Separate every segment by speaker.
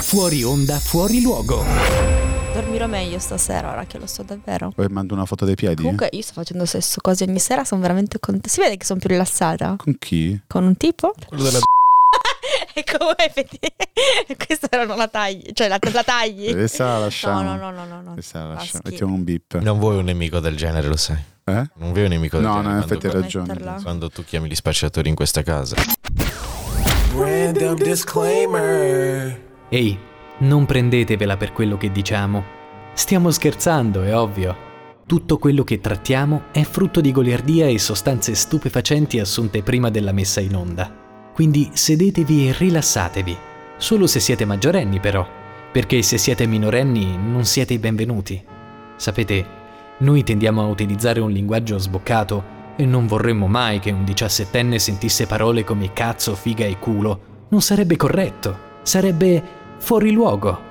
Speaker 1: Fuori onda, fuori luogo.
Speaker 2: Dormirò meglio stasera, ora che lo so davvero.
Speaker 3: Poi mando una foto dei piedi?
Speaker 2: Comunque io sto facendo sesso quasi ogni sera, sono veramente contenta. Si vede che sono più rilassata.
Speaker 3: Con chi?
Speaker 2: Con un tipo?
Speaker 4: Quello della
Speaker 2: E come effettivamente... Questa era non la tagli, cioè la, la tagli.
Speaker 3: Questa la
Speaker 2: No,
Speaker 3: lasciamo.
Speaker 2: no, Ah, no, no, no. no.
Speaker 3: Questa la
Speaker 2: Fa
Speaker 3: lasciamo.
Speaker 2: schifo.
Speaker 3: Mettiamo un beep.
Speaker 4: Non vuoi un nemico del genere, lo sai.
Speaker 3: Eh?
Speaker 4: Non vuoi un nemico del
Speaker 3: No,
Speaker 4: genere.
Speaker 3: no, in
Speaker 4: quando-
Speaker 3: effetti hai ragione.
Speaker 2: Metterla.
Speaker 4: Quando tu chiami gli spacciatori in questa casa.
Speaker 5: Random disclaimer.
Speaker 1: Ehi, non prendetevela per quello che diciamo. Stiamo scherzando, è ovvio. Tutto quello che trattiamo è frutto di goliardia e sostanze stupefacenti assunte prima della messa in onda. Quindi sedetevi e rilassatevi. Solo se siete maggiorenni, però, perché se siete minorenni non siete i benvenuti. Sapete, noi tendiamo a utilizzare un linguaggio sboccato e non vorremmo mai che un diciassettenne sentisse parole come cazzo, figa e culo. Non sarebbe corretto, sarebbe fuori luogo.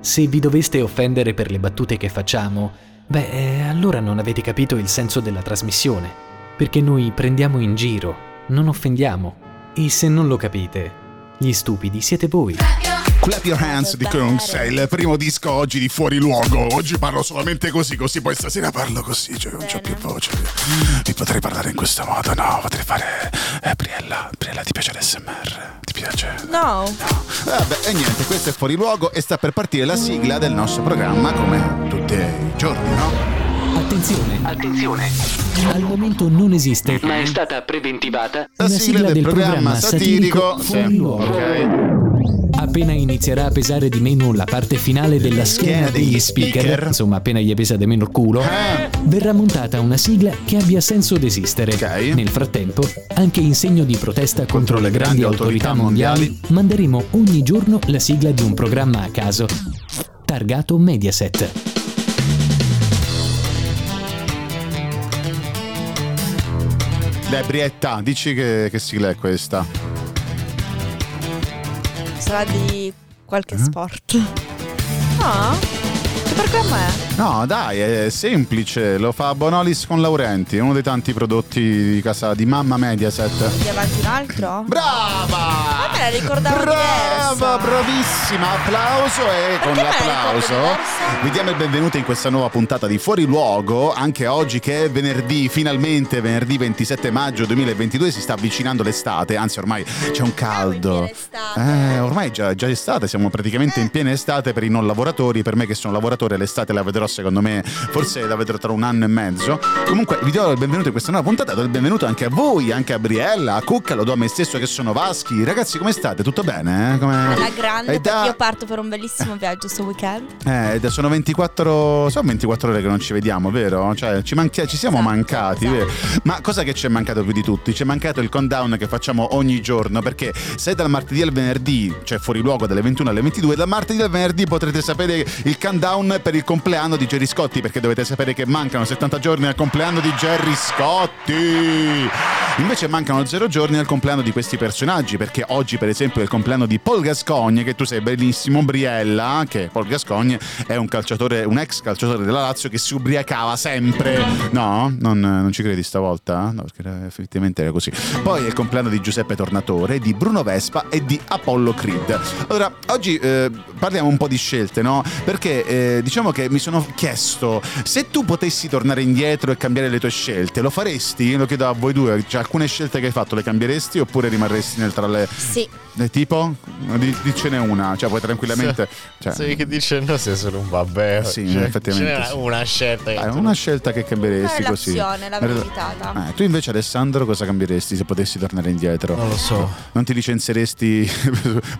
Speaker 1: Se vi doveste offendere per le battute che facciamo, beh, eh, allora non avete capito il senso della trasmissione, perché noi prendiamo in giro, non offendiamo. E se non lo capite, gli stupidi siete voi.
Speaker 3: Clap Your Hands di Kungs è il primo disco oggi di fuori luogo. Oggi parlo solamente così, così poi stasera parlo così, cioè non c'ho più voce. Ti potrei parlare in questo modo, no? Potrei fare. Eh, Briella, Briella, ti piace l'SMR? Ti piace?
Speaker 2: No,
Speaker 3: Vabbè, e niente, questo è fuori luogo e sta per partire la sigla del nostro programma come tutti i giorni, no?
Speaker 1: Attenzione,
Speaker 6: Attenzione,
Speaker 1: al momento non esiste
Speaker 6: ma è stata preventivata
Speaker 3: La
Speaker 1: Una sigla del programma satirico Fuori
Speaker 3: Sì,
Speaker 1: Luogo.
Speaker 3: ok.
Speaker 1: Appena inizierà a pesare di meno la parte finale della schiena degli speaker, insomma appena gli pesa di meno il culo,
Speaker 3: Eh.
Speaker 1: verrà montata una sigla che abbia senso d'esistere.
Speaker 3: Ok.
Speaker 1: Nel frattempo, anche in segno di protesta contro, le grandi autorità mondiali, manderemo ogni giorno la sigla di un programma a caso, targato Mediaset.
Speaker 3: Dai, Brietta, dici che, che sigla è questa?
Speaker 2: sarà di qualche
Speaker 3: Eh?
Speaker 2: sport. No? Che programma è?
Speaker 3: No, dai, è semplice, lo fa Bonolis con Laurenti, uno dei tanti prodotti di casa di mamma Mediaset.
Speaker 2: Di avanti un altro?
Speaker 3: Brava!
Speaker 2: Ma me la ricordavo
Speaker 3: Brava,
Speaker 2: diversa.
Speaker 3: bravissima, applauso e con
Speaker 2: me la ricordo
Speaker 3: l'applauso
Speaker 2: diversa?
Speaker 3: vi diamo il benvenuto in questa nuova puntata di Fuori Luogo, anche oggi che è venerdì, finalmente venerdì 27 maggio 2022 si sta avvicinando l'estate, anzi ormai c'è un caldo. Eh, ormai è già, già estate, siamo praticamente in piena estate per i non lavoratori. Per me che sono lavoratore, l'estate la vedrò secondo me, forse la vedrò tra un anno e mezzo. Comunque vi do il benvenuto in questa nuova puntata, do il benvenuto anche a voi, anche a Briella, a Cucca, lo do a me stesso che sono Vaschi. Ragazzi, come state? Tutto bene? eh? Come...
Speaker 2: Alla grande,
Speaker 3: Eh, da-
Speaker 2: perché io parto per un bellissimo viaggio sto weekend.
Speaker 3: eh, da- sono 24, sono 24 ore che non ci vediamo, vero? Cioè, ci, manca- ci siamo
Speaker 2: Esatto,
Speaker 3: mancati,
Speaker 2: esatto.
Speaker 3: vero? Ma cosa che ci è mancato più di tutti? Ci è mancato il countdown che facciamo ogni giorno, perché se dal martedì al venerdì, cioè fuori luogo dalle 21 alle 22, dal martedì al venerdì potrete sapere il countdown per il compleanno di Jerry Scotti, perché dovete sapere che mancano 70 giorni al compleanno di Jerry Scotti. Invece mancano 0 giorni al compleanno di questi personaggi, perché oggi per esempio è il compleanno di Paul Gascogne, che tu sai benissimo, Briella, che Paul Gascogne è un calciatore, un ex calciatore della Lazio che si ubriacava sempre. No, non, non ci credi stavolta? No, perché era- effettivamente era così. Poi è il compleanno di Giuseppe Tornatore, di Bruno Vespa e di Apollo Creed. Allora, oggi eh, parliamo un po' di scelte, no? Perché eh, diciamo che mi sono chiesto se tu potessi tornare indietro e cambiare le tue scelte, lo faresti? Lo chiedo a voi due, cioè alcune scelte che hai fatto le cambieresti oppure rimarresti nel tra le...
Speaker 2: Sì,
Speaker 3: le tipo? Di- dicene una, cioè puoi tranquillamente... Cioè,
Speaker 4: Sai che dice no sei solo un babbeo.
Speaker 3: Sì, effettivamente
Speaker 4: c'era
Speaker 3: sì.
Speaker 4: una scelta. che
Speaker 3: Dai,
Speaker 4: tu-
Speaker 3: una scelta che
Speaker 2: la
Speaker 3: cambieresti così.
Speaker 2: relazione, la
Speaker 3: Una rela-
Speaker 2: meritata.
Speaker 3: Eh, tu invece Alessandro cosa cambieresti se potessi tornare indietro?
Speaker 4: Non lo so.
Speaker 3: Non ti licenzieresti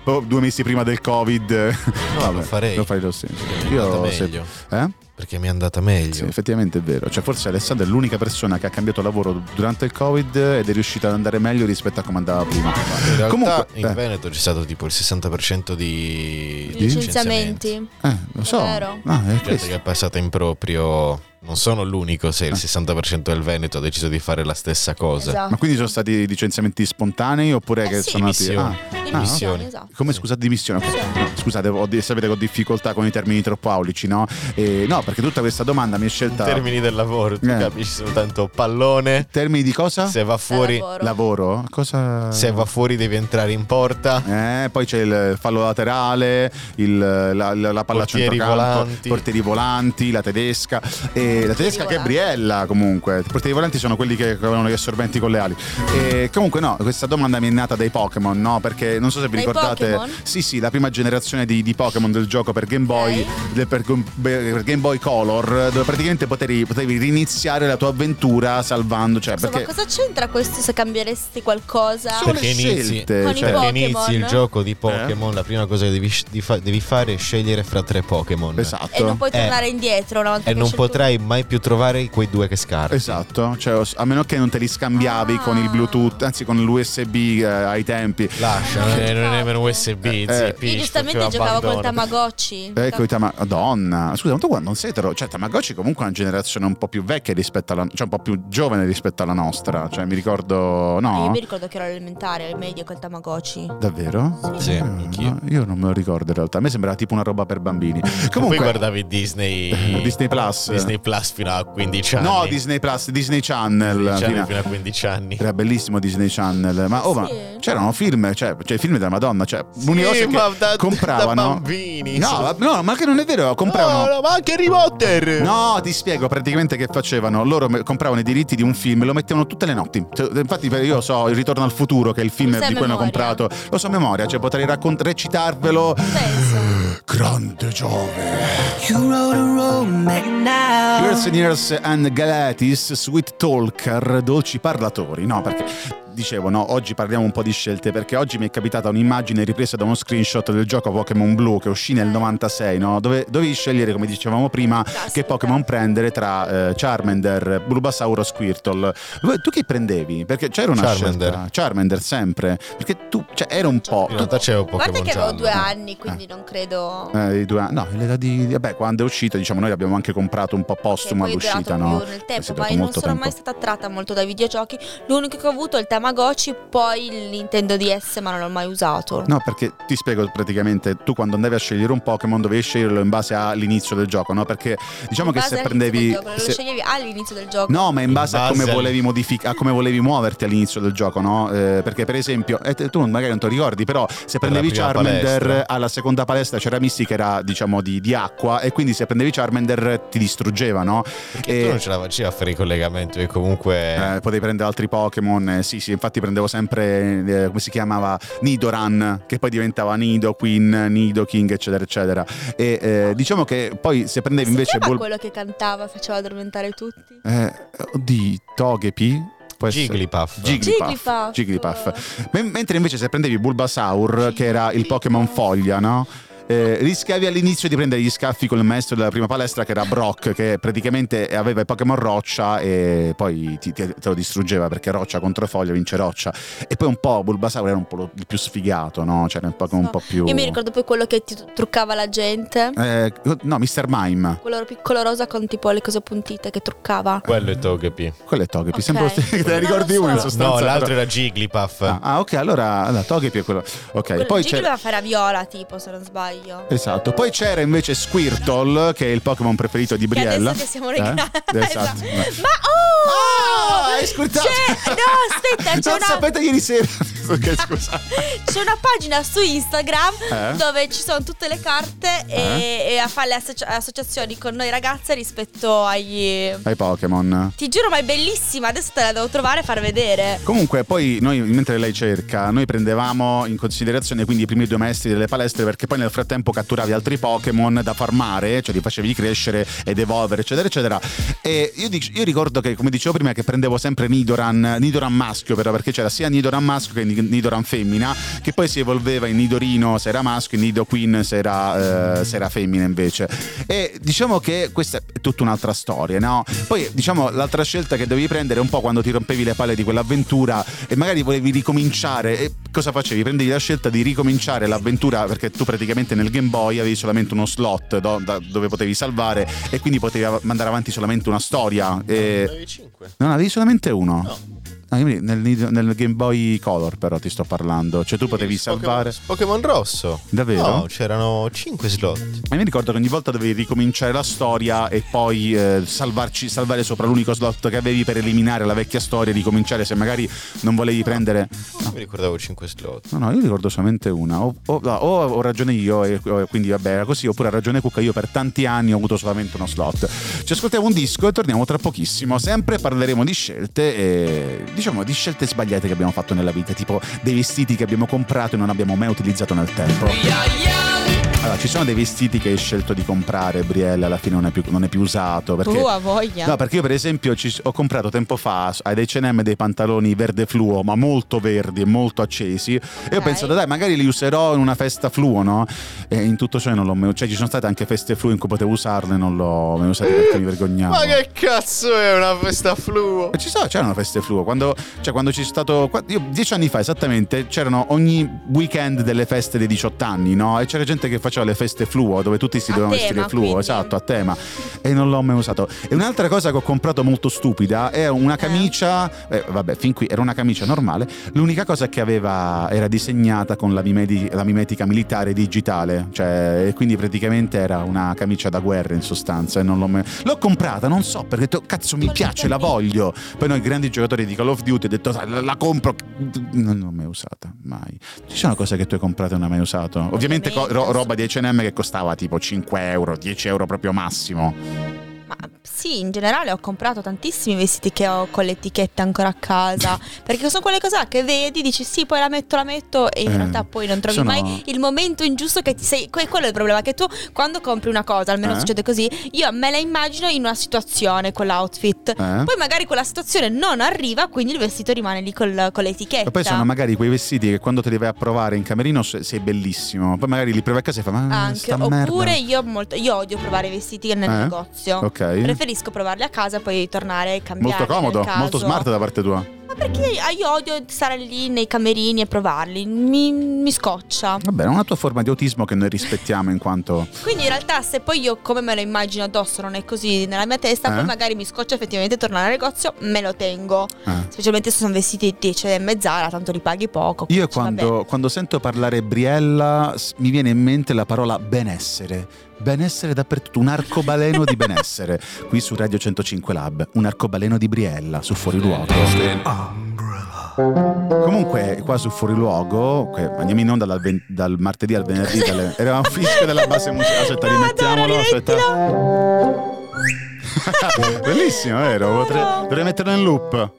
Speaker 3: boh, due mesi prima del Covid? No,
Speaker 4: lo farei.
Speaker 3: Lo fai lo stesso.
Speaker 4: Andata
Speaker 3: Io se-
Speaker 4: meglio.
Speaker 3: Eh?
Speaker 4: Perché mi è andata meglio.
Speaker 3: Sì, effettivamente è vero. Cioè, forse Alessandro è l'unica persona che ha cambiato lavoro durante il Covid ed è riuscita ad andare meglio rispetto a come andava prima.
Speaker 4: In realtà
Speaker 3: Comunque,
Speaker 4: in
Speaker 3: eh.
Speaker 4: Veneto c'è stato tipo il 60% di
Speaker 2: Di licenziamenti.
Speaker 3: Eh, lo so.
Speaker 2: vero.
Speaker 3: Ah, è
Speaker 4: Gente che
Speaker 3: questo.
Speaker 4: è passata in proprio. Non sono l'unico
Speaker 3: Eh.
Speaker 4: se il 60% del Veneto ha deciso di fare la stessa cosa.
Speaker 2: Esatto.
Speaker 3: Ma quindi sono stati licenziamenti spontanei oppure
Speaker 2: Eh
Speaker 3: che
Speaker 2: sì.
Speaker 3: sono andati.
Speaker 4: Dimissioni.
Speaker 3: Ah,
Speaker 2: Dimissioni,
Speaker 4: ah,
Speaker 2: esatto.
Speaker 3: come scusa, dimissione. ok.
Speaker 2: Sì.
Speaker 3: No, scusate, ho di- sapete che ho difficoltà con i termini troppo aulici, no? Eh, no, perché tutta questa domanda mi è
Speaker 4: In
Speaker 3: scelta...
Speaker 4: termini del lavoro, tu
Speaker 3: Eh.
Speaker 4: capisci soltanto pallone,
Speaker 3: Termini di cosa?
Speaker 4: se va fuori,
Speaker 2: lavoro.
Speaker 3: Lavoro? Cosa...
Speaker 4: se va fuori devi entrare in porta.
Speaker 3: Eh, poi c'è il fallo laterale, il- la, la, la palla
Speaker 4: Portieri
Speaker 3: centrocampo,
Speaker 4: volanti.
Speaker 3: portieri volanti, la tedesca. E la tedesca che è
Speaker 2: volanti.
Speaker 3: Briella comunque. I portieri volanti sono quelli che che avevano gli assorbenti con le ali. E comunque no, questa domanda mi è nata dai Pokémon, no? Perché non so se vi
Speaker 2: Dai
Speaker 3: ricordate...
Speaker 2: Pokémon?
Speaker 3: Sì, sì, la prima generazione di, di Pokémon del gioco per Game Boy, del- per, per Game Boy Color, dove praticamente potevi, potevi riniziare la tua avventura salvando... Cioè,
Speaker 2: Insomma,
Speaker 3: perché...
Speaker 2: cosa c'entra questo se cambieresti qualcosa?
Speaker 3: Sono le
Speaker 4: Perché inizi-
Speaker 3: scelte,
Speaker 2: Con i
Speaker 3: cioè.
Speaker 4: Perché
Speaker 2: Pokémon?
Speaker 4: inizi il gioco di Pokémon, la prima cosa che devi, sc- di fa- devi fare è scegliere fra tre Pokémon.
Speaker 3: Esatto.
Speaker 2: E non puoi
Speaker 4: Eh.
Speaker 2: tornare indietro una volta
Speaker 4: E
Speaker 2: che
Speaker 4: non
Speaker 2: hai scelto-
Speaker 4: potrai mai più trovare quei due che scarti.
Speaker 3: Esatto, cioè, os- a meno che non te li scambiavi
Speaker 2: Ah.
Speaker 3: con il Bluetooth, anzi con l'USB eh, ai tempi.
Speaker 4: Lascia, non è, non è meno USB, zippi,
Speaker 2: Eh, Io giustamente
Speaker 4: perché
Speaker 2: giocavo
Speaker 4: abbandono.
Speaker 2: col Tamagotchi.
Speaker 3: cioè, Ecco, i Tama- Madonna, scusa, ma tu guarda, non sei etero. Cioè, Tamagotchi comunque è una generazione un po' più vecchia rispetto alla cioè un po' più giovane rispetto alla nostra. Cioè, mi ricordo.
Speaker 2: Ah, Io
Speaker 3: No?
Speaker 2: mi ricordo che ero all'elementare, al medio col Tamagotchi.
Speaker 3: Davvero?
Speaker 4: Sì,
Speaker 3: Eh,
Speaker 4: anch'io.
Speaker 3: no, io non me lo ricordo in realtà. A me sembrava tipo una roba per bambini.
Speaker 4: Comunque,
Speaker 3: Comunque,
Speaker 4: guardavi Disney
Speaker 3: Disney Plus.
Speaker 4: Disney Plus fino a 15 anni.
Speaker 3: no, Disney Plus, Disney Channel.
Speaker 4: 15 anni
Speaker 3: fino a-
Speaker 4: fino a 15 anni.
Speaker 3: Era bellissimo Disney Channel, ma, oh, ma
Speaker 2: Sì.
Speaker 3: c'erano film, cioè, cioè film della Madonna, cioè, l'unica
Speaker 4: Sì,
Speaker 3: cosa
Speaker 4: ma
Speaker 3: che
Speaker 4: da- da
Speaker 3: compravano
Speaker 4: bambini,
Speaker 3: No,
Speaker 4: sì.
Speaker 3: ma- no, ma che non è vero, compravano
Speaker 4: No, no, ma anche Harry Potter!
Speaker 3: No, ti spiego praticamente che facevano. Loro me- compravano i diritti di un film e lo mettevano tutte le notti. Cioè, infatti, per- io so Il Ritorno al futuro, che è il film
Speaker 2: Lo
Speaker 3: di
Speaker 2: sai a
Speaker 3: cui hanno
Speaker 2: memoria?
Speaker 3: comprato. Lo so a memoria, cioè potrei raccont- recitarvelo.
Speaker 2: Penso.
Speaker 3: Grande Giove.
Speaker 5: You rode a road back now.
Speaker 3: Years and Years and Galatis, Sweet Talker, Dolci Parlatori. No, perché dicevo, no, oggi parliamo un po' di scelte perché oggi mi è capitata un'immagine ripresa da uno screenshot del gioco Pokémon Blue che uscì nel 96, no? Dove dovevi scegliere, come dicevamo prima, che
Speaker 2: Caspita.
Speaker 3: Pokémon prendere tra eh, Charmander, Bulbasauro, Squirtle. Voi- Tu chi prendevi? Perché c'era una
Speaker 4: Charmander.
Speaker 3: scelta. Charmander sempre, perché tu cioè era un po'
Speaker 4: In realtà c'era un
Speaker 2: Guarda
Speaker 4: Pokémon
Speaker 2: che avevo
Speaker 4: giallo.
Speaker 2: due anni, quindi non credo.
Speaker 3: eh, i due anni- no, l'età di, di- vabbè, quando è uscita, diciamo, noi abbiamo anche comprato un po'
Speaker 2: Che
Speaker 3: postuma
Speaker 2: poi è
Speaker 3: all'uscita,
Speaker 2: durato
Speaker 3: no?
Speaker 2: più nel
Speaker 3: È
Speaker 2: tempo,
Speaker 3: stato
Speaker 2: ma io
Speaker 3: molto
Speaker 2: non sono
Speaker 3: tempo.
Speaker 2: mai stata attratta molto dai videogiochi. L'unico che ho avuto è il Tamagotchi, poi il Nintendo DS, ma non l'ho mai usato.
Speaker 3: No, perché ti spiego praticamente, tu quando andavi a scegliere un Pokémon dovevi sceglierlo in base all'inizio del gioco, no? Perché diciamo
Speaker 2: In
Speaker 3: che
Speaker 2: base
Speaker 3: se
Speaker 2: all'inizio
Speaker 3: prendevi...
Speaker 2: del gioco,
Speaker 3: se-
Speaker 2: Lo sceglievi all'inizio del gioco.
Speaker 3: No, ma in
Speaker 4: In
Speaker 3: base, a,
Speaker 4: base
Speaker 3: come
Speaker 4: al-
Speaker 3: volevi modific- a come volevi muoverti all'inizio del gioco, no? Eh, perché per esempio, eh, te- tu magari non ti ricordi, però se prendevi
Speaker 4: prima
Speaker 3: Charmander
Speaker 4: palestra.
Speaker 3: alla seconda palestra c'era Misty che era diciamo di, di acqua e quindi se prendevi Charmander ti distruggeva, no?
Speaker 4: Perché tu non ce la facevi a fare il collegamento e comunque...
Speaker 3: Eh, potevi prendere altri Pokémon, eh, sì sì, infatti prendevo sempre, eh, come si chiamava, Nidoran, che poi diventava Nido Queen, Nido King, eccetera, eccetera. E eh, diciamo che poi se prendevi
Speaker 2: si
Speaker 3: invece...
Speaker 2: chiama
Speaker 3: Bul-
Speaker 2: quello che cantava, faceva addormentare tutti.
Speaker 3: eh, di Togepi? Può essere-
Speaker 4: Jigglypuff.
Speaker 3: Jigglypuff.
Speaker 2: Jigglypuff.
Speaker 3: Jigglypuff. Men- mentre invece se prendevi Bulbasaur, che era il
Speaker 2: Jigglypuff.
Speaker 3: Pokémon foglia, no? Eh, rischiavi all'inizio di prendere gli scaffi con il maestro della prima palestra che era Brock che praticamente aveva i Pokémon roccia e poi ti- ti- te lo distruggeva perché roccia contro foglia vince roccia e poi un po' Bulbasaur era un po' lo- il più sfigato no? Cioè era un Pokémon un po' più
Speaker 2: Io mi ricordo poi quello che ti truccava la gente.
Speaker 3: Eh, no Mr. Mime
Speaker 2: Quello piccolo rosa con tipo le cose puntite che
Speaker 3: Eh,
Speaker 2: truccava.
Speaker 4: Quello è Togepi.
Speaker 3: quello è Togepi
Speaker 2: Ok.
Speaker 3: sembra te
Speaker 2: Non
Speaker 3: ne
Speaker 2: lo
Speaker 3: ricordi
Speaker 2: so.
Speaker 3: uno in
Speaker 2: No,
Speaker 3: sostanza
Speaker 4: No,
Speaker 3: però-
Speaker 4: l'altro era Jigglypuff.
Speaker 3: ah, ah, ok allora, allora Togepi è quello ok
Speaker 2: Quello
Speaker 3: poi
Speaker 2: Gigi
Speaker 3: c'è
Speaker 2: doveva fare a viola, tipo, se non sbaglio.
Speaker 3: Esatto, poi c'era invece Squirtle, che è il Pokémon preferito di
Speaker 2: Che
Speaker 3: Briella.
Speaker 2: adesso che siamo
Speaker 3: Eh?
Speaker 2: regalati.
Speaker 3: Esatto.
Speaker 2: Ma oh!
Speaker 3: Ah, hai squirtato!
Speaker 2: C'è- no, aspetta, c'è
Speaker 3: Non
Speaker 2: una-
Speaker 3: sapete ieri sera. ok, scusa.
Speaker 2: C'è una pagina su Instagram
Speaker 3: Eh?
Speaker 2: dove ci sono tutte le carte e, e a fare le associ- associazioni con noi ragazze rispetto agli...
Speaker 3: Ai Pokémon.
Speaker 2: Ti giuro, ma è bellissima, adesso te la devo trovare e far vedere.
Speaker 3: Comunque, poi noi, mentre lei cerca, noi prendevamo in considerazione quindi i primi due maestri delle palestre, perché poi nel frattempo catturavi altri Pokémon da farmare, cioè li facevi crescere ed evolvere, eccetera, eccetera. E io, dic- io ricordo che, come dicevo prima, che prendevo sempre Nidoran, Nidoran maschio, però, perché c'era sia Nidoran maschio che Ni- Nidoran femmina, che poi si evolveva in Nidorino se era maschio, in Nido Queen se era, eh, se era femmina invece. E diciamo che questa è tutta un'altra storia, no? Poi diciamo l'altra scelta che dovevi prendere è un po' quando ti rompevi le palle di quell'avventura e magari volevi ricominciare, e cosa facevi? Prendevi la scelta di ricominciare l'avventura perché tu praticamente nel Game Boy avevi solamente uno slot do- da- dove potevi salvare
Speaker 4: eh,
Speaker 3: e quindi potevi av- mandare avanti solamente una storia. E...
Speaker 4: 5.
Speaker 3: Non avevi solamente uno?
Speaker 4: No.
Speaker 3: No, quindi nel, nel Game Boy Color però ti sto parlando. Cioè tu potevi
Speaker 4: Il Pokémon-
Speaker 3: salvare...
Speaker 4: Pokémon rosso.
Speaker 3: Davvero?
Speaker 4: No, c'erano 5 slot.
Speaker 3: Ma io mi ricordo che ogni volta dovevi ricominciare la storia e poi eh, salvarci, salvare sopra l'unico slot che avevi per eliminare la vecchia storia e ricominciare se magari non volevi prendere...
Speaker 4: Non mi ricordavo 5 slot.
Speaker 3: No, no, io ricordo solamente una. O, o- no, o ho ragione io, e e quindi vabbè, era così, oppure ha ragione Cucca, io per tanti anni ho avuto solamente uno slot. Ci ascoltiamo un disco e torniamo tra pochissimo. Sempre parleremo di scelte, e, diciamo di scelte sbagliate che abbiamo fatto nella vita, tipo dei vestiti che abbiamo comprato e non abbiamo mai utilizzato nel tempo. Allora, ci sono dei vestiti che hai scelto di comprare, Briella, alla fine non è più, non è più usato. Perché...
Speaker 2: Tu a Uh, voglia.
Speaker 3: No, perché io per esempio ci- ho comprato tempo fa ai H&M dei pantaloni verde fluo, ma molto verdi e molto accesi. E ho
Speaker 2: Ok.
Speaker 3: pensato, dai, magari li userò in una festa fluo, no? E in tutto ciò io non l'ho mai... Cioè, ci sono state anche feste fluo in cui potevo usarle, non l'ho mai usate perché mi vergognavo.
Speaker 4: Ma che cazzo è una festa fluo?
Speaker 3: Ma Ci sono, c'erano feste fluo, quando, cioè quando c'è stato, qua- io dieci anni fa esattamente, c'erano ogni weekend delle feste dei 18 anni, no? E c'era gente che faceva le feste fluo, dove tutti si
Speaker 2: A
Speaker 3: dovevano
Speaker 2: tema,
Speaker 3: vestire fluo,
Speaker 2: quindi.
Speaker 3: esatto, a tema, e non l'ho mai usato. E un'altra cosa che ho comprato molto stupida è una camicia, eh, vabbè, fin qui era una camicia normale, l'unica cosa che aveva, era disegnata con la, mimedi- la mimetica militare digitale, cioè, e quindi praticamente era una camicia da guerra in sostanza, e non l'ho mai... L'ho comprata, non so, perché ho detto, cazzo mi
Speaker 2: Con
Speaker 3: piace, la
Speaker 2: l'internet.
Speaker 3: voglio. Poi noi grandi giocatori di Call of Duty ho detto "Sai, la, la compro. Non l'ho mai usata, mai. Ci sono cose che tu hai comprato e non hai mai usato. Ovviamente co- ro- roba di HM che costava tipo 5 euro, 10 euro proprio massimo.
Speaker 2: Ma sì, in generale ho comprato tantissimi vestiti che ho con l'etichetta ancora a casa. perché sono quelle cose là che vedi, dici sì, poi la metto, la metto, e in
Speaker 3: Eh,
Speaker 2: realtà poi non trovi
Speaker 3: sono-
Speaker 2: mai il momento ingiusto che ti sei. que- Quello è il problema. Che tu quando compri una cosa, almeno
Speaker 3: Eh?
Speaker 2: succede così, io me la immagino in una situazione con l'outfit.
Speaker 3: Eh?
Speaker 2: Poi magari quella situazione non arriva, quindi il vestito rimane lì col- con l'etichetta.
Speaker 3: E poi sono magari quei vestiti che quando te li vai a provare in camerino se- sei bellissimo. Poi magari li provi a casa e fai ma
Speaker 2: Anche,
Speaker 3: sta merda".
Speaker 2: oppure io, molto, io odio provare i vestiti nel
Speaker 3: Eh?
Speaker 2: negozio.
Speaker 3: Ok.
Speaker 2: Preferisco provarli a casa e poi tornare e cambiare.
Speaker 3: Molto
Speaker 2: nel
Speaker 3: comodo,
Speaker 2: caso.
Speaker 3: molto smart da parte tua.
Speaker 2: Ma perché io- ah, io odio stare lì nei camerini e provarli, mi, mi scoccia.
Speaker 3: Vabbè, è una tua forma di autismo che noi rispettiamo in quanto.
Speaker 2: Quindi in realtà se poi io come me lo immagino addosso non è così nella mia testa,
Speaker 3: Eh?
Speaker 2: poi magari mi scoccia effettivamente tornare al negozio, me lo tengo.
Speaker 3: eh.
Speaker 2: Specialmente se sono vestiti di 10 mezz'ora, tanto li paghi poco.
Speaker 3: Io
Speaker 2: dici, vabbè.
Speaker 3: quando, quando sento parlare Briella s- mi viene in mente la parola benessere. Benessere dappertutto, un arcobaleno di benessere. Qui su Radio 105 Lab, un arcobaleno di Briella su Fuoriluogo. Comunque, qua su Fuoriluogo, che andiamo in onda dal, ven- dal martedì al venerdì, dalle- era un fischio della base musicale. Aspetta,
Speaker 2: No,
Speaker 3: rimettiamolo.
Speaker 2: adoro,
Speaker 3: Aspetta. Eh,
Speaker 2: rimettilo.
Speaker 3: Bellissimo, vero? Potrei- dovrei metterlo in loop.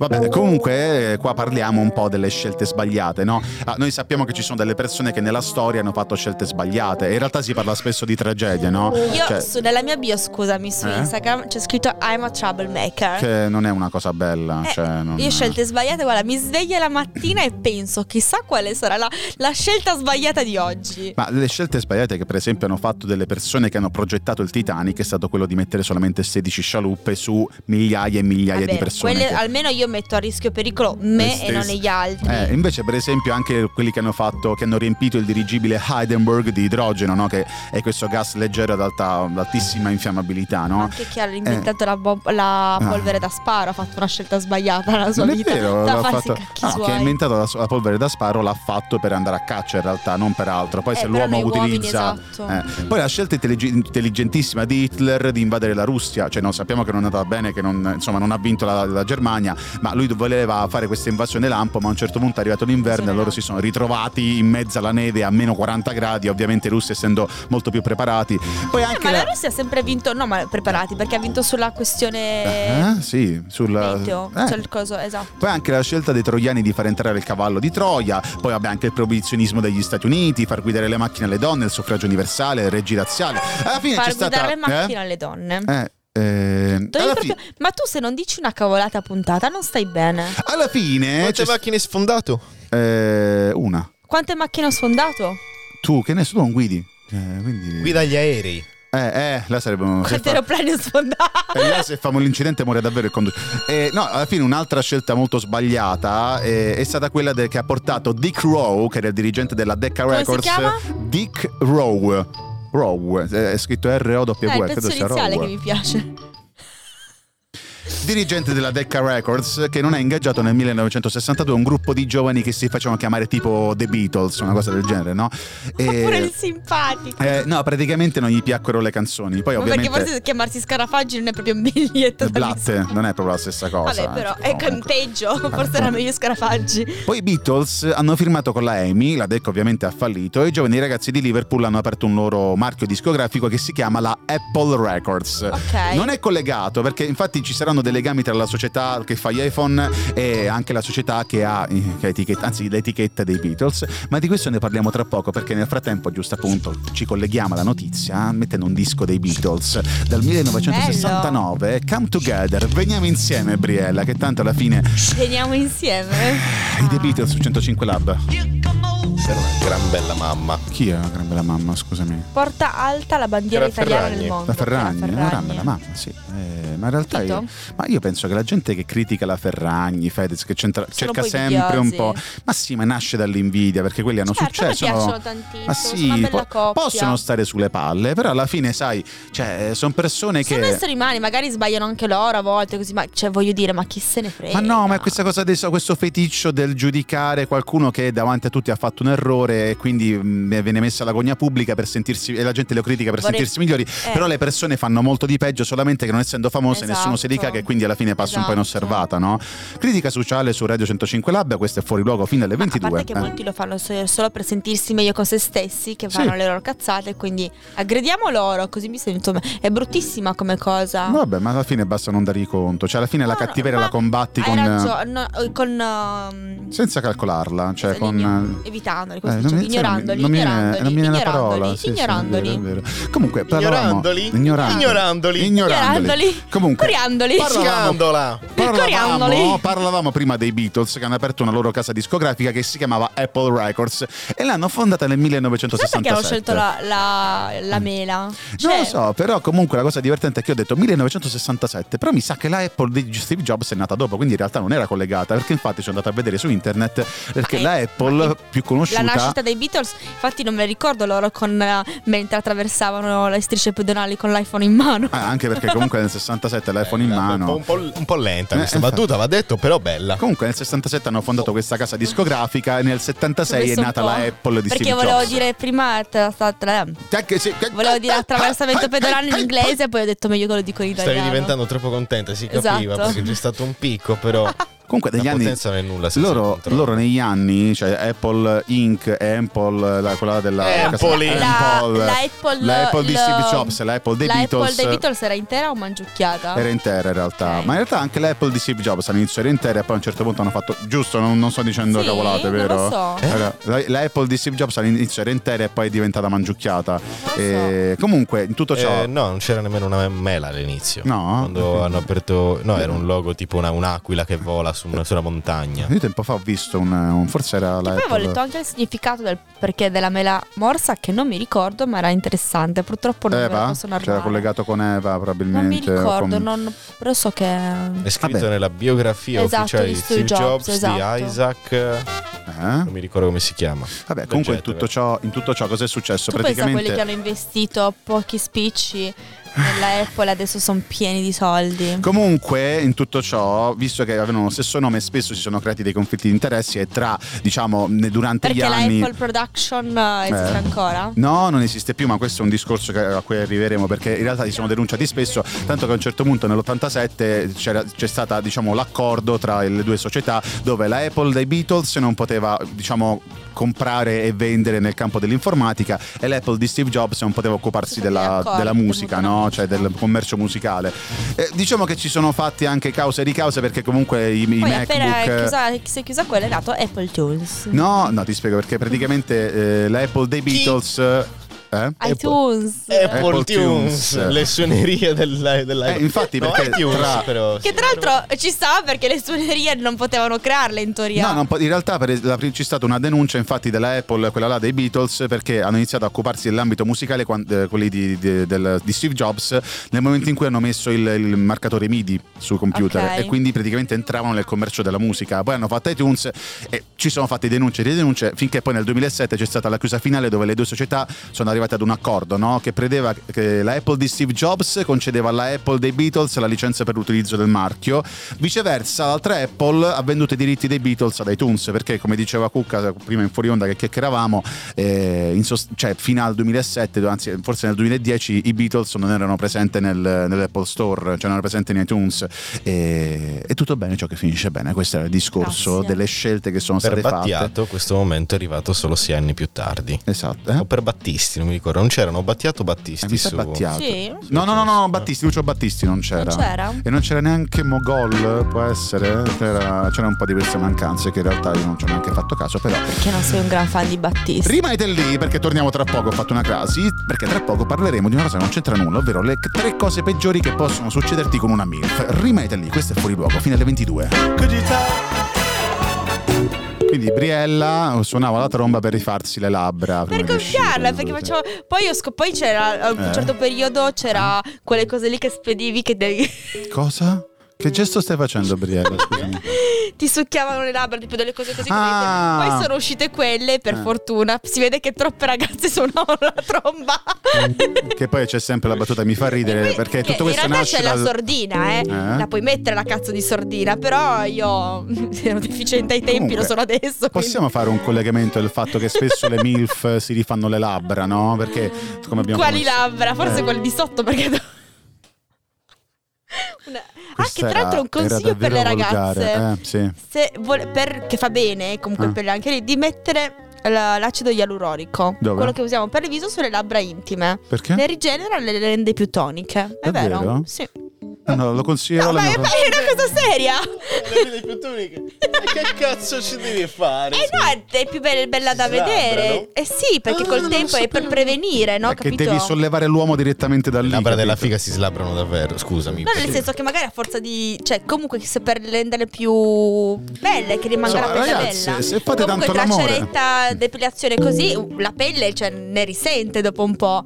Speaker 3: Vabbè, comunque eh, qua parliamo un po' delle scelte sbagliate, no? Ah, noi sappiamo che ci sono delle persone che nella storia hanno fatto scelte sbagliate. In realtà si parla spesso di tragedie, no?
Speaker 2: Io
Speaker 3: Cioè,
Speaker 2: su- nella mia bio, scusami, su
Speaker 3: Eh?
Speaker 2: Instagram c'è scritto I'm a troublemaker.
Speaker 3: che non è una cosa bella.
Speaker 2: Eh,
Speaker 3: cioè, non-
Speaker 2: Io scelte sbagliate, guarda, mi sveglio la mattina e penso chissà quale sarà la, la scelta sbagliata di oggi.
Speaker 3: Ma le scelte sbagliate che per esempio hanno fatto delle persone che hanno progettato il Titanic è stato quello di mettere solamente 16 scialuppe su migliaia e migliaia
Speaker 2: Vabbè,
Speaker 3: di persone.
Speaker 2: quelle-
Speaker 3: che-
Speaker 2: almeno io metto a rischio e pericolo me
Speaker 3: Stesse.
Speaker 2: e non gli altri.
Speaker 3: Eh, invece, per esempio, anche quelli che hanno fatto, che hanno riempito il dirigibile Heidenberg di idrogeno, no? che è questo gas leggero ad, alta- ad altissima infiammabilità, no? Eh.
Speaker 2: Anche chi ha inventato la, bom- la
Speaker 3: Ah.
Speaker 2: polvere da sparo ha fatto una scelta sbagliata nella sua
Speaker 3: Non è
Speaker 2: vita.
Speaker 3: vero,
Speaker 2: da
Speaker 3: l'ha
Speaker 2: farsi
Speaker 3: fatto-
Speaker 2: i cacchi
Speaker 3: no, chi
Speaker 2: suoi.
Speaker 3: ha inventato la, la polvere da sparo l'ha fatto per andare a caccia in realtà, non per altro. Poi
Speaker 2: Eh,
Speaker 3: se
Speaker 2: però
Speaker 3: l'uomo
Speaker 2: noi uomini,
Speaker 3: utilizza...
Speaker 2: esatto.
Speaker 3: eh. Poi la scelta intellig- intelligentissima di Hitler di invadere la Russia, cioè no, sappiamo che non è andata bene, che non, insomma, non ha vinto la, la Germania, ma lui voleva fare questa invasione lampo, ma a un certo punto è arrivato l'inverno e loro si sono ritrovati in mezzo alla neve a meno 40 gradi, ovviamente i russi essendo molto più preparati. Poi
Speaker 2: Eh,
Speaker 3: anche...
Speaker 2: ma la
Speaker 3: la-
Speaker 2: Russia ha sempre vinto, no, ma preparati perché ha vinto sulla questione
Speaker 3: Eh, sì, sulla...
Speaker 2: meteo,
Speaker 3: eh.
Speaker 2: cioè il coso, esatto.
Speaker 3: Poi anche la scelta dei troiani di far entrare il cavallo di Troia, poi vabbè anche il proibizionismo degli Stati Uniti, far guidare le macchine alle donne, il suffragio universale, le leggi razziali. Alla fine
Speaker 2: Far
Speaker 3: c'è stata
Speaker 2: guidare le macchine
Speaker 3: eh?
Speaker 2: alle donne.
Speaker 3: Eh, ehm,
Speaker 2: Devi
Speaker 3: alla,
Speaker 2: proprio-
Speaker 3: fi-
Speaker 2: Ma tu se non dici una cavolata puntata non stai bene.
Speaker 3: alla fine
Speaker 4: Quante
Speaker 3: c'è
Speaker 4: macchine hai sfondato?
Speaker 3: eh, una.
Speaker 2: Quante macchine ho sfondato?
Speaker 3: Tu che ne so, tu non guidi. Eh, quindi...
Speaker 4: Guida gli aerei.
Speaker 3: Eh, eh, là sarebbe un- se
Speaker 2: Quanti
Speaker 3: fa- Eh,
Speaker 2: aeroplani ho sfondato?
Speaker 3: E là se famo l'incidente muore davvero il conduttore. Eh, no, alla fine un'altra scelta molto sbagliata eh, è stata quella de- che ha portato Dick Rowe, che era il dirigente della Decca
Speaker 2: Come si
Speaker 3: Records.
Speaker 2: chiama?
Speaker 3: Dick Rowe. Rowe, eh, è scritto
Speaker 2: Eh,
Speaker 3: R-O-W,
Speaker 2: il
Speaker 3: credo
Speaker 2: pezzo
Speaker 3: sia
Speaker 2: iniziale che
Speaker 3: Rowe.
Speaker 2: mi piace.
Speaker 3: dirigente della Decca Records che non è ingaggiato nel 1962 un gruppo di giovani che si facevano chiamare tipo The Beatles, una cosa del genere, no?
Speaker 2: Oppure il simpatico.
Speaker 3: eh, no, praticamente non gli piacquero le canzoni. Poi
Speaker 2: Ma perché
Speaker 3: ovviamente
Speaker 2: forse chiamarsi Scarafaggi non è proprio biglietto da
Speaker 3: Blatte
Speaker 2: visita.
Speaker 3: non è proprio la stessa cosa.
Speaker 2: Vabbè, però
Speaker 3: eh,
Speaker 2: è
Speaker 3: comunque.
Speaker 2: conteggio. Forse era meglio Scarafaggi.
Speaker 3: Poi i Beatles hanno firmato con la EMI, la Decca ovviamente ha fallito, e i giovani ragazzi di Liverpool hanno aperto un loro marchio discografico che si chiama la Apple Records.
Speaker 2: Ok.
Speaker 3: Non è collegato perché infatti ci saranno dei legami tra la società che fa gli iPhone e anche la società che ha eh, che ha etichetta, anzi l'etichetta dei Beatles, ma di questo ne parliamo tra poco perché nel frattempo, giusto appunto, ci colleghiamo alla notizia mettendo un disco dei Beatles dal 1969, Come Together, veniamo insieme Briella, che tanto alla fine
Speaker 2: Veniamo insieme.
Speaker 3: Eh, i The Beatles su 105 Lab.
Speaker 4: Era una gran bella mamma.
Speaker 3: Chi è una gran bella mamma, scusami?
Speaker 2: Porta alta la bandiera
Speaker 4: Era
Speaker 2: italiana
Speaker 4: Ferragni.
Speaker 2: nel mondo.
Speaker 3: La Ferragni, eh,
Speaker 2: Era
Speaker 3: è una gran bella mamma, sì. Eh, ma in realtà io,
Speaker 2: Capito?
Speaker 3: ma io penso che la gente che critica la Ferragni, Fedez, che c'entra-
Speaker 2: Sono
Speaker 3: cerca
Speaker 2: un po'
Speaker 3: sempre un
Speaker 2: invidiosi.
Speaker 3: po'. Ma sì, ma nasce dall'invidia perché quelli hanno
Speaker 2: Certo, a me
Speaker 3: successo. no?
Speaker 2: piacciono tantissimo.
Speaker 3: Ma
Speaker 2: sono
Speaker 3: sì,
Speaker 2: una bella
Speaker 3: po-
Speaker 2: coppia.
Speaker 3: possono stare sulle palle, però alla fine, sai, cioè, sono persone
Speaker 2: Sono
Speaker 3: che.
Speaker 2: esseri umani, magari sbagliano anche loro a volte, così, ma cioè, voglio dire, ma chi se ne frega?
Speaker 3: Ma no, ma è questa cosa adesso, questo feticcio del giudicare qualcuno che davanti a tutti ha fatto un errore e quindi mm, viene messa l'agonia pubblica per sentirsi e la gente lo critica per
Speaker 2: Vorrei-
Speaker 3: sentirsi migliori.
Speaker 2: Eh,
Speaker 3: Però le persone fanno molto di peggio solamente che non essendo famose
Speaker 2: Esatto.
Speaker 3: nessuno si dica che quindi alla fine passa un
Speaker 2: Esatto.
Speaker 3: po' inosservata, no? Critica sociale su Radio 105 Lab, questo è fuori luogo fino alle
Speaker 2: ma
Speaker 3: 22.
Speaker 2: A parte che
Speaker 3: eh.
Speaker 2: molti lo fanno so- solo per sentirsi meglio con se stessi, che
Speaker 3: Sì.
Speaker 2: fanno le loro cazzate, quindi aggrediamo loro, così mi sento. me- È bruttissima come cosa.
Speaker 3: Eh. Vabbè, ma alla fine basta non dargli conto, cioè alla fine la
Speaker 2: No, no,
Speaker 3: cattiveria
Speaker 2: ma
Speaker 3: la combatti
Speaker 2: Hai
Speaker 3: con eh,
Speaker 2: ragione, no, eh, con. ehm,
Speaker 3: senza calcolarla, cioè
Speaker 2: Cosa,
Speaker 3: con
Speaker 2: l'igno- evitandoli, come si
Speaker 3: Eh,
Speaker 2: dice?
Speaker 3: non mi-
Speaker 2: ignorandoli,
Speaker 3: non mi viene-
Speaker 2: ignorandoli,
Speaker 3: non mi viene la
Speaker 2: ignorandoli,
Speaker 3: parola, sì, sì, è vero,
Speaker 2: ignorandoli,
Speaker 3: è vero. Comunque, parlavamo-
Speaker 4: Ignorandoli?
Speaker 3: ignorandoli,
Speaker 4: Ignorandoli?
Speaker 2: ignorandoli,
Speaker 3: Comunque,
Speaker 2: coriandoli,
Speaker 3: Parlavamo-
Speaker 4: Scandola!
Speaker 2: coriandoli.
Speaker 3: Parlavamo, parlavamo prima dei Beatles che hanno aperto una loro casa discografica che si chiamava Apple Records e l'hanno fondata nel
Speaker 2: Sai
Speaker 3: 1967.
Speaker 2: perché ho scelto la, la- la mela? Cioè,
Speaker 3: Non lo so, però comunque la cosa divertente è che ho detto 1967, però mi sa che la Apple di Steve Jobs è nata dopo, quindi in realtà non era collegata, perché infatti sono andato a vedere su internet, perché
Speaker 2: Ma è-
Speaker 3: la
Speaker 2: ma
Speaker 3: Apple
Speaker 2: è-
Speaker 3: più conosciuta...
Speaker 2: La nascita dei Beatles, infatti non me la ricordo loro con eh, mentre attraversavano le strisce pedonali con l'iPhone in mano.
Speaker 3: Ah, anche perché comunque nel 67 l'iPhone in
Speaker 4: Un po',
Speaker 3: mano.
Speaker 4: Eh, un po'- un po' lenta
Speaker 3: Eh,
Speaker 4: questa
Speaker 3: infatti.
Speaker 4: battuta, va detto, però bella.
Speaker 3: Comunque nel 67 hanno fondato questa casa discografica e nel 76 è
Speaker 2: Questo un
Speaker 3: nata
Speaker 2: po'.
Speaker 3: la Apple di
Speaker 2: Perché
Speaker 3: Steve
Speaker 2: volevo
Speaker 3: Jobs.
Speaker 2: dire prima tra- tra- tra-
Speaker 3: Anche se-
Speaker 2: volevo dire
Speaker 3: eh,
Speaker 2: attraversamento pedonale in inglese poi ho detto meglio che lo dico in
Speaker 4: Stavi
Speaker 2: italiano.
Speaker 4: diventando troppo contenta, si capiva,
Speaker 2: Esatto.
Speaker 4: perché c'è stato un picco, però
Speaker 3: Comunque negli
Speaker 4: la
Speaker 3: anni
Speaker 4: potenza non è nulla senza il
Speaker 3: loro,
Speaker 4: controllo.
Speaker 3: loro negli anni, cioè Apple Inc. e Apple, la- quella della
Speaker 4: Eh, Apple
Speaker 3: casa-
Speaker 4: Inc.
Speaker 2: La,
Speaker 3: Apple,
Speaker 2: la Apple,
Speaker 3: la Apple di
Speaker 2: lo-
Speaker 3: Steve Jobs, la Apple dei
Speaker 2: la
Speaker 3: Beatles.
Speaker 2: Apple dei Beatles era intera o mangiucchiata?
Speaker 3: Era intera in realtà,
Speaker 2: Ok.
Speaker 3: ma in realtà anche l'Apple di Steve Jobs all'inizio era intera e poi a un certo punto hanno fatto, giusto, non, non sto dicendo
Speaker 2: Sì,
Speaker 3: cavolate,
Speaker 2: non
Speaker 3: vero?
Speaker 2: lo so.
Speaker 4: Eh?
Speaker 3: Allora, la, la Apple di Steve Jobs all'inizio era intera e poi è diventata mangiucchiata.
Speaker 2: Non lo
Speaker 3: E comunque, in tutto ciò,
Speaker 4: Eh, no, non c'era nemmeno una mela all'inizio.
Speaker 3: No?
Speaker 4: Quando hanno aperto... No, era un logo tipo una- un'aquila che vola su una, sulla montagna.
Speaker 3: io tempo fa ho visto un, un- forse era
Speaker 2: Che
Speaker 3: la
Speaker 2: poi avevo
Speaker 3: Apple-
Speaker 2: letto anche il significato del perché della mela morsa che non mi ricordo ma era interessante purtroppo non me la
Speaker 3: Eva?
Speaker 2: posso narrare
Speaker 3: C'era collegato con Eva
Speaker 2: non mi
Speaker 3: probabilmente. o
Speaker 2: ricordo
Speaker 3: con-
Speaker 2: non- però so che
Speaker 4: È scritto
Speaker 3: Vabbè.
Speaker 4: nella biografia
Speaker 2: Esatto,
Speaker 4: ufficiale
Speaker 2: di
Speaker 4: di
Speaker 2: Steve
Speaker 4: Steve
Speaker 2: Jobs,
Speaker 4: Jobs,
Speaker 2: esatto.
Speaker 4: di Isaac. Non
Speaker 3: Eh?
Speaker 4: mi ricordo come si chiama.
Speaker 3: Vabbè, comunque in tutto, ciò, in tutto ciò cosa è successo?
Speaker 2: tu pensa a quelli
Speaker 3: Praticamente
Speaker 2: che hanno investito pochi spicci nella Apple adesso sono pieni di soldi
Speaker 3: Comunque, in tutto ciò, visto che avevano lo stesso nome, spesso si sono creati dei conflitti di interessi e tra, diciamo, ne- durante
Speaker 2: perché
Speaker 3: gli
Speaker 2: la
Speaker 3: anni...
Speaker 2: Apple Production eh, esiste
Speaker 3: Eh.
Speaker 2: ancora?
Speaker 3: No, non esiste più, ma questo è un discorso che- a cui arriveremo perché in realtà si sono denunciati spesso, tanto che a un certo punto nell'87 c'era- c'è stato diciamo, l'accordo tra le due società dove la Apple dei Beatles non poteva diciamo, comprare e vendere nel campo dell'informatica e l'Apple di Steve Jobs non poteva occuparsi
Speaker 2: Ci sono degli
Speaker 3: della,
Speaker 2: accordi,
Speaker 3: della musica,
Speaker 2: della
Speaker 3: no?
Speaker 2: musica.
Speaker 3: cioè del commercio musicale. Eh, diciamo che ci sono fatti anche cause e ricause perché comunque i, i
Speaker 2: poi appena è
Speaker 3: MacBook...
Speaker 2: chiusa, si è chiusa quella è nato Apple Tools
Speaker 3: No, no, ti spiego perché praticamente eh, la Apple dei
Speaker 4: Chi?
Speaker 3: Beatles... Eh?
Speaker 2: iTunes
Speaker 4: Apple,
Speaker 3: Apple
Speaker 4: Tunes,
Speaker 3: Tunes.
Speaker 4: le suonerie della, della-
Speaker 3: Eh, infatti,
Speaker 4: No,
Speaker 3: perché
Speaker 4: iTunes,
Speaker 3: tra-
Speaker 4: però,
Speaker 2: Che
Speaker 4: sì.
Speaker 2: tra l'altro ci sta perché le suonerie non potevano crearle in teoria.
Speaker 3: No, non po- in realtà per la- c'è stata una denuncia infatti della Apple, quella là dei Beatles, perché hanno iniziato a occuparsi dell'ambito musicale quan- eh, quelli di, di- del- di Steve Jobs nel momento in cui hanno messo il, il marcatore MIDI sul computer
Speaker 2: Ok.
Speaker 3: e quindi praticamente entravano nel commercio della musica. Poi hanno fatto iTunes e ci sono fatte denunce e denunce finché poi nel 2007 c'è stata la chiusa finale dove le due società sono arrivati ad un accordo no? che prevedeva che la Apple di Steve Jobs concedeva alla Apple dei Beatles la licenza per l'utilizzo del marchio, viceversa l'altra Apple ha venduto i diritti dei Beatles ad iTunes perché come diceva Cucca prima in fuori onda che chiacchieravamo, eh, in sost- cioè, fino al 2007, anzi forse nel 2010 i Beatles non erano presenti nel- nell'Apple Store, cioè non erano presenti in iTunes e, e tutto bene ciò che finisce bene, questo era il discorso
Speaker 2: Grazie.
Speaker 3: delle scelte che sono
Speaker 4: Per
Speaker 3: state fatte.
Speaker 4: Battiato questo momento è arrivato solo sei anni più tardi.
Speaker 3: Esatto,
Speaker 4: O
Speaker 3: eh?
Speaker 4: per Battisti, non mi ricordo. Non c'erano Battiato o Battisti
Speaker 3: Mi sa
Speaker 4: su...
Speaker 3: Battiato.
Speaker 2: Sì.
Speaker 3: No, no, no, no, Battisti, Lucio Battisti non
Speaker 2: Non
Speaker 3: c'era.
Speaker 2: c'era?
Speaker 3: E non c'era neanche Mogol, può essere? C'era, c'era un po' di queste mancanze che in realtà io non ci ho neanche fatto caso, però.
Speaker 2: Perché non sei un gran fan di Battisti.
Speaker 3: Rimanete lì perché torniamo tra poco, ho fatto una crasi, perché tra poco parleremo di una cosa che non c'entra nulla, ovvero le tre cose peggiori che possono succederti con una MILF. Rimanete lì, questo è fuori luogo, fino alle 22. Quindi Briella uh, suonava la tromba per rifarsi le labbra.
Speaker 2: Per
Speaker 3: prima di
Speaker 2: gonfiarla,
Speaker 3: uscire,
Speaker 2: perché
Speaker 3: tutte.
Speaker 2: facevo. Poi, ho scop- poi c'era a un
Speaker 3: Eh.
Speaker 2: certo periodo c'era quelle cose lì che spedivi che devi.
Speaker 3: Cosa? Che gesto stai facendo, Briella? Scusami.
Speaker 2: ti succhiavano le labbra, tipo delle cose così.
Speaker 3: Ah.
Speaker 2: Poi sono uscite quelle, per
Speaker 3: Eh.
Speaker 2: fortuna. Si vede che troppe ragazze suonavano la tromba.
Speaker 3: Che poi c'è sempre la battuta mi fa ridere
Speaker 2: E poi-
Speaker 3: Mm. perché
Speaker 2: che
Speaker 3: tutto questo
Speaker 2: Eh, In realtà
Speaker 3: nasce
Speaker 2: c'è la
Speaker 3: dal-
Speaker 2: sordina, eh.
Speaker 3: Eh?
Speaker 2: La puoi mettere la cazzo di sordina, però io ero deficiente ai tempi,
Speaker 3: Comunque,
Speaker 2: lo sono adesso. quindi-
Speaker 3: Possiamo fare un collegamento del fatto che spesso le MILF si rifanno le labbra, no? Perché come abbiamo
Speaker 2: Quali
Speaker 3: messo-
Speaker 2: labbra? Forse
Speaker 3: Eh.
Speaker 2: quelle di sotto perché... Una- Ah,
Speaker 3: Questa
Speaker 2: che tra
Speaker 3: era-
Speaker 2: l'altro è un
Speaker 3: era
Speaker 2: consiglio per le
Speaker 3: davvero
Speaker 2: ragazze.
Speaker 3: volgare, eh, sì.
Speaker 2: Se vuole- per- che fa bene, eh, comunque
Speaker 3: Ah.
Speaker 2: per le anche lì, di mettere la- l'acido ialuronico,
Speaker 3: Dove?
Speaker 2: quello che usiamo per il viso sulle labbra intime.
Speaker 3: Perché?
Speaker 2: Le rigenera e le rende più toniche. È
Speaker 3: Davvero?
Speaker 2: vero? Sì.
Speaker 3: No, Eh, no, lo consiglio
Speaker 2: No,
Speaker 3: alla
Speaker 2: ma
Speaker 3: mia
Speaker 2: è, ma è una cosa seria.
Speaker 4: che cazzo ci devi fare?
Speaker 2: Eh no, è- è più be- bella da
Speaker 4: Si labbra,
Speaker 2: vedere.
Speaker 4: no?
Speaker 2: Eh sì, perché
Speaker 4: Ah,
Speaker 2: col
Speaker 4: non lo
Speaker 2: tempo è per
Speaker 4: sapevo.
Speaker 2: prevenire, no?
Speaker 3: Perché
Speaker 2: Capito?
Speaker 3: devi sollevare l'uomo direttamente da lì.
Speaker 4: Le labbra della
Speaker 3: capito?
Speaker 4: figa si slabrano davvero, scusami.
Speaker 2: No, nel senso che magari a forza di. cioè, comunque se per renderle più belle, che rimanga
Speaker 3: Insomma,
Speaker 2: la pelle
Speaker 3: ragazze,
Speaker 2: bella.
Speaker 3: se fate
Speaker 2: comunque
Speaker 3: tanto l'amore.
Speaker 2: tracciaretta, depilazione così, la pelle cioè, ne risente dopo un po'.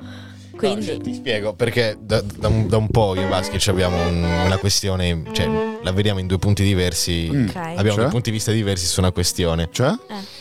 Speaker 2: Quindi.
Speaker 4: No, cioè, ti spiego perché da, da un, da un po' io e Vaschi ci abbiamo un- una questione, cioè la vediamo in due punti diversi,
Speaker 3: Mm.
Speaker 2: Ok.
Speaker 4: abbiamo
Speaker 3: Cioè?
Speaker 4: due punti di vista diversi su una questione,
Speaker 3: Cioè?
Speaker 2: eh.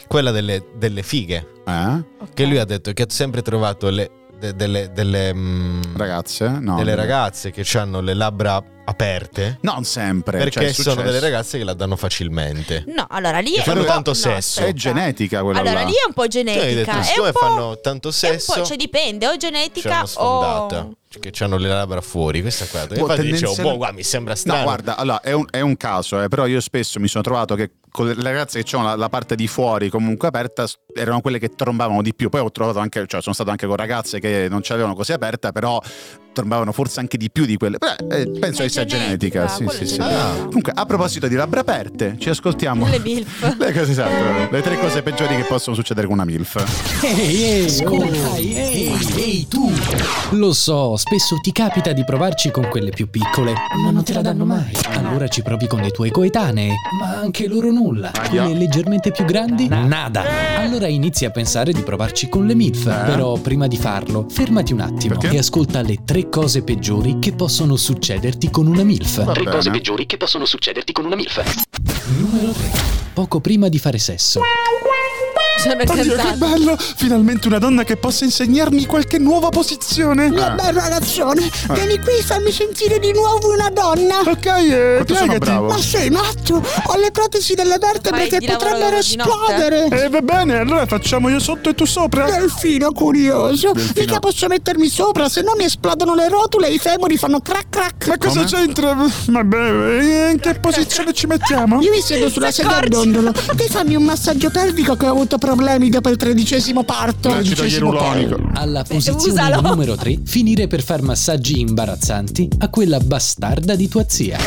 Speaker 4: quella delle, delle fighe,
Speaker 3: Eh?
Speaker 2: ok.
Speaker 4: che lui ha detto che ha sempre trovato le- de- delle, delle, mm,
Speaker 3: Ragazze? No.
Speaker 4: delle ragazze che hanno le labbra aperte
Speaker 3: Non sempre. cioè,
Speaker 4: perché
Speaker 3: è
Speaker 4: sono
Speaker 3: successo.
Speaker 4: delle ragazze che la danno facilmente.
Speaker 2: No, allora lì
Speaker 4: Che
Speaker 2: è.
Speaker 4: fanno
Speaker 2: un po'-
Speaker 4: tanto
Speaker 2: no,
Speaker 4: sesso.
Speaker 3: È
Speaker 2: aspetta.
Speaker 3: genetica quella
Speaker 2: Allora
Speaker 3: là.
Speaker 2: lì è un po'
Speaker 4: Tu hai
Speaker 2: genetica.
Speaker 4: detto,
Speaker 2: è un
Speaker 4: siccome
Speaker 2: po',
Speaker 4: fanno tanto
Speaker 2: è un po',
Speaker 4: sesso,
Speaker 2: cioè dipende, o
Speaker 4: c'è
Speaker 2: genetica
Speaker 4: una sfondata.
Speaker 2: o.
Speaker 4: Cioè, Che hanno le labbra fuori, questa qua. Perché
Speaker 3: Boh,
Speaker 4: infatti dicevo,
Speaker 3: tendenzial-
Speaker 4: boh, guarda, mi sembra strano.
Speaker 3: No, guarda, allora è un, è un caso, eh, però io spesso mi sono trovato che con le ragazze che hanno la, la parte di fuori comunque aperta s- erano quelle che trombavano di più. Poi ho trovato anche, cioè sono stato anche con ragazze che non ce l'avevano così aperta, però trombavano forse anche di più di quelle. Però, eh, penso
Speaker 2: È
Speaker 3: che sia genetica.
Speaker 2: genetica,
Speaker 3: sì,
Speaker 2: quello
Speaker 3: sì,
Speaker 2: è
Speaker 3: sì.
Speaker 2: genetica.
Speaker 3: Ah. Comunque, a proposito di labbra aperte, ci ascoltiamo.
Speaker 2: Le MILF.
Speaker 3: Le cose esatte, le tre cose peggiori che possono succedere con una MILF.
Speaker 6: Ehi, ehi, oh, ehi, ehi, tu! Lo so, spesso ti capita di provarci con quelle più piccole, ma non te la danno mai. Allora ci provi con le tue coetanee, ma anche loro nulla.
Speaker 3: Aia.
Speaker 6: Quelle leggermente più grandi? Nada. Allora inizi a pensare di provarci con le MILF. Però prima di farlo, fermati un attimo
Speaker 3: Perché?
Speaker 6: e ascolta le tre cose peggiori che possono succederti con una MILF.
Speaker 3: Va
Speaker 7: Tre cose
Speaker 3: bene.
Speaker 7: peggiori che possono succederti con una MILF.
Speaker 6: Numero 3. Poco prima di fare sesso.
Speaker 2: Sono
Speaker 3: Oddio, che
Speaker 2: incantato.
Speaker 3: bello! Finalmente una donna che possa insegnarmi qualche nuova posizione. Ah.
Speaker 8: bella ragazzone, vieni qui e fammi sentire di nuovo una donna.
Speaker 3: Ok, eh,
Speaker 8: Quanto sono
Speaker 3: piegati.
Speaker 8: bravo. Ma sei matto? Ho le protesi delle
Speaker 2: Vai
Speaker 8: vertebre
Speaker 2: di
Speaker 8: che potrebbero
Speaker 2: lavoro di notte?
Speaker 8: esplodere.
Speaker 3: E Eh, va bene, allora facciamo io sotto e tu sopra.
Speaker 8: Delfino curioso,
Speaker 3: Delfino.
Speaker 8: mica posso mettermi sopra, se no mi esplodono le rotule e i femori fanno crack crack.
Speaker 3: Ma cosa
Speaker 8: Come?
Speaker 3: c'entra? Vabbè, in che posizione ci mettiamo?
Speaker 8: Io mi siedo sulla sedia a dondolo. Te fammi un massaggio pelvico che ho avuto problemi dopo il tredicesimo parto. Tredicesimo parto.
Speaker 6: Alla posizione
Speaker 2: usalo.
Speaker 6: numero 3, finire per far massaggi imbarazzanti a quella bastarda di tua zia.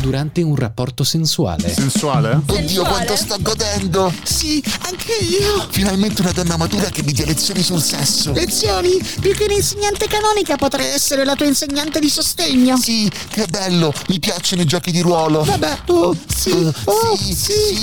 Speaker 6: Durante un rapporto sensuale.
Speaker 3: Sensuale?
Speaker 9: Oddio quanto sto godendo!
Speaker 8: Sì, anche io.
Speaker 9: Finalmente una donna matura che mi dia lezioni sul sesso.
Speaker 8: Lezioni, più che un'insegnante canonica potrei essere la tua insegnante di sostegno.
Speaker 9: Sì, che bello, mi piacciono i giochi di ruolo.
Speaker 8: Vabbè, oh, sì, oh, sì,
Speaker 9: sì,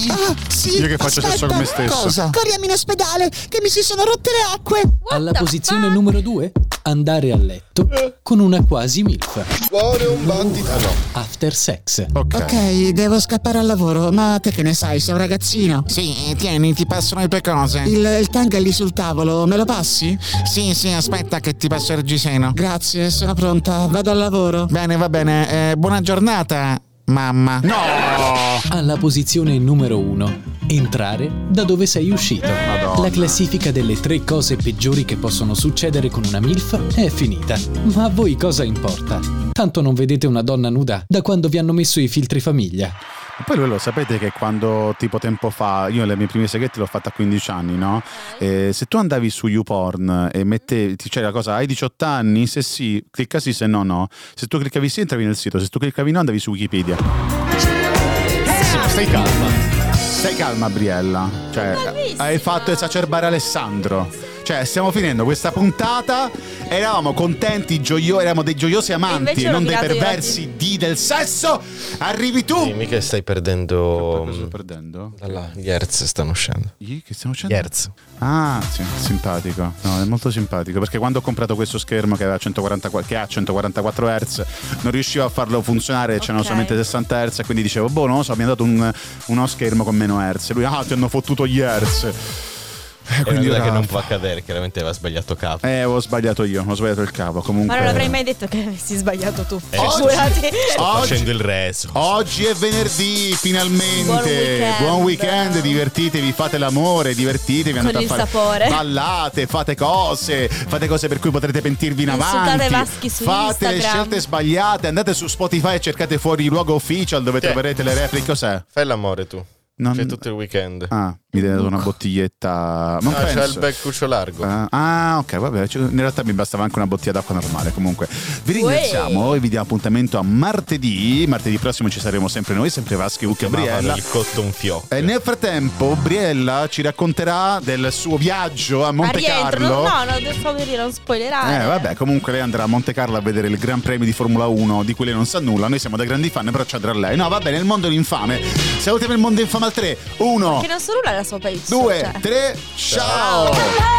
Speaker 9: sì.
Speaker 8: ah, sì.
Speaker 3: Io che faccio
Speaker 8: aspetta.
Speaker 3: sesso con me stesso.
Speaker 9: Cosa?
Speaker 8: Corriamo in ospedale, che mi si sono rotte le acque.
Speaker 2: What
Speaker 6: Alla
Speaker 2: the
Speaker 6: posizione
Speaker 2: fuck?
Speaker 6: numero 2, andare a letto con una quasi milf.
Speaker 4: Vuole un bandito. Ah no.
Speaker 6: After sex.
Speaker 8: Ok, devo scappare al lavoro, ma te che ne sai, sei un ragazzino.
Speaker 9: Sì, tieni, ti passano le tue cose.
Speaker 8: Il, il tang è lì sul tavolo, me lo passi?
Speaker 9: Sì, sì, aspetta che ti passo il giseno.
Speaker 8: Grazie, sono pronta, vado al lavoro.
Speaker 9: Bene, va bene. eh, buona giornata, mamma. No!
Speaker 6: Alla posizione numero 1. Entrare da dove sei uscito. La classifica delle tre cose peggiori che possono succedere con una MILF è finita. Ma a voi cosa importa? Tanto non vedete una donna nuda da quando vi hanno messo i filtri famiglia.
Speaker 3: Poi voi lo sapete che quando tipo tempo fa, io le mie prime segrete l'ho fatta a 15 anni, no? Eh, se tu andavi su YouPorn e mettevi, c'era la cosa, hai 18 anni? Se sì, clicca sì, se no no. Se tu cliccavi sì entravi nel sito, se tu cliccavi no andavi su Wikipedia.
Speaker 4: Stai calma.
Speaker 3: Stai calma Briella, cioè
Speaker 2: Bravissima.
Speaker 3: hai fatto esacerbare Alessandro. Cioè stiamo finendo questa puntata, eravamo contenti, gioiosi, eravamo dei gioiosi amanti,
Speaker 2: invece ho
Speaker 3: non dei
Speaker 2: rovinato i
Speaker 3: perversi di del sesso. Arrivi tu!
Speaker 4: Dimmi che stai
Speaker 3: Cosa sto
Speaker 4: perdendo.
Speaker 3: perdendo?
Speaker 4: Dalla, gli hertz stanno uscendo.
Speaker 3: Ih, Che stiamo
Speaker 4: Gli
Speaker 3: facendo?
Speaker 4: hertz.
Speaker 3: Ah, sì, simpatico. No, è molto simpatico perché quando ho comprato questo schermo che, aveva 140 qua- che ha 144 Hz, non riuscivo a farlo funzionare, c'erano
Speaker 2: Ok.
Speaker 3: solamente 60 Hz, quindi dicevo, boh, non lo so, mi hanno dato un- uno schermo con meno Hz. E Lui, ah, ti hanno fottuto gli Hz. E
Speaker 4: È una
Speaker 3: quindi
Speaker 4: cosa che
Speaker 3: ora-
Speaker 4: non può accadere, chiaramente aveva sbagliato capo.
Speaker 3: Eh, ho sbagliato io, ho sbagliato il cavo. Comunque
Speaker 2: Ma non avrei mai detto che avessi sbagliato tu.
Speaker 3: Eh,
Speaker 4: Oggi-
Speaker 2: Figurati.
Speaker 4: Sto
Speaker 3: Oggi-
Speaker 4: facendo il reso.
Speaker 3: Oggi è venerdì, finalmente.
Speaker 2: Buon weekend.
Speaker 3: Buon weekend, divertitevi, fate l'amore, divertitevi,
Speaker 2: Con
Speaker 3: andate
Speaker 2: il
Speaker 3: a fare
Speaker 2: sapore.
Speaker 3: ballate, fate cose, fate cose per cui potrete pentirvi in
Speaker 2: Insultate
Speaker 3: avanti.
Speaker 2: Vaschi su
Speaker 3: fate
Speaker 2: Instagram.
Speaker 3: scelte sbagliate, andate su Spotify e cercate fuori il luogo official dove
Speaker 4: Sì.
Speaker 3: troverete le repliche. Cos'è?
Speaker 4: Fai l'amore tu.
Speaker 3: Non-
Speaker 4: C'è tutto il weekend.
Speaker 3: Ah, mi date una bottiglietta. Non
Speaker 4: Ah, c'è il
Speaker 3: penso.
Speaker 4: bel cuccio largo.
Speaker 3: Ah, ah, ok, vabbè. cioè, In realtà mi bastava anche una bottiglia d'acqua normale. Comunque, vi ringraziamo e vi diamo appuntamento a martedì. Martedì prossimo ci saremo sempre noi, sempre Vaschi, Ucca,
Speaker 4: Chiamavano
Speaker 3: Briella.
Speaker 4: il cotton fiocco.
Speaker 3: E Eh, nel frattempo Briella ci racconterà del suo viaggio a Monte
Speaker 2: rientro.
Speaker 3: Carlo.
Speaker 2: No, no, devo dire, non spoilerare.
Speaker 3: Eh vabbè, comunque lei andrà a Monte Carlo a vedere il Gran Premio di Formula 1, di cui lei non sa nulla, noi siamo da grandi fan, però ci andrà lei. No, va bene, il mondo è l'infame. Salutiamo il mondo infame al 3, 1,
Speaker 2: Che non sono nulla la sua paese.
Speaker 3: 2,
Speaker 2: cioè.
Speaker 3: 3, ciao.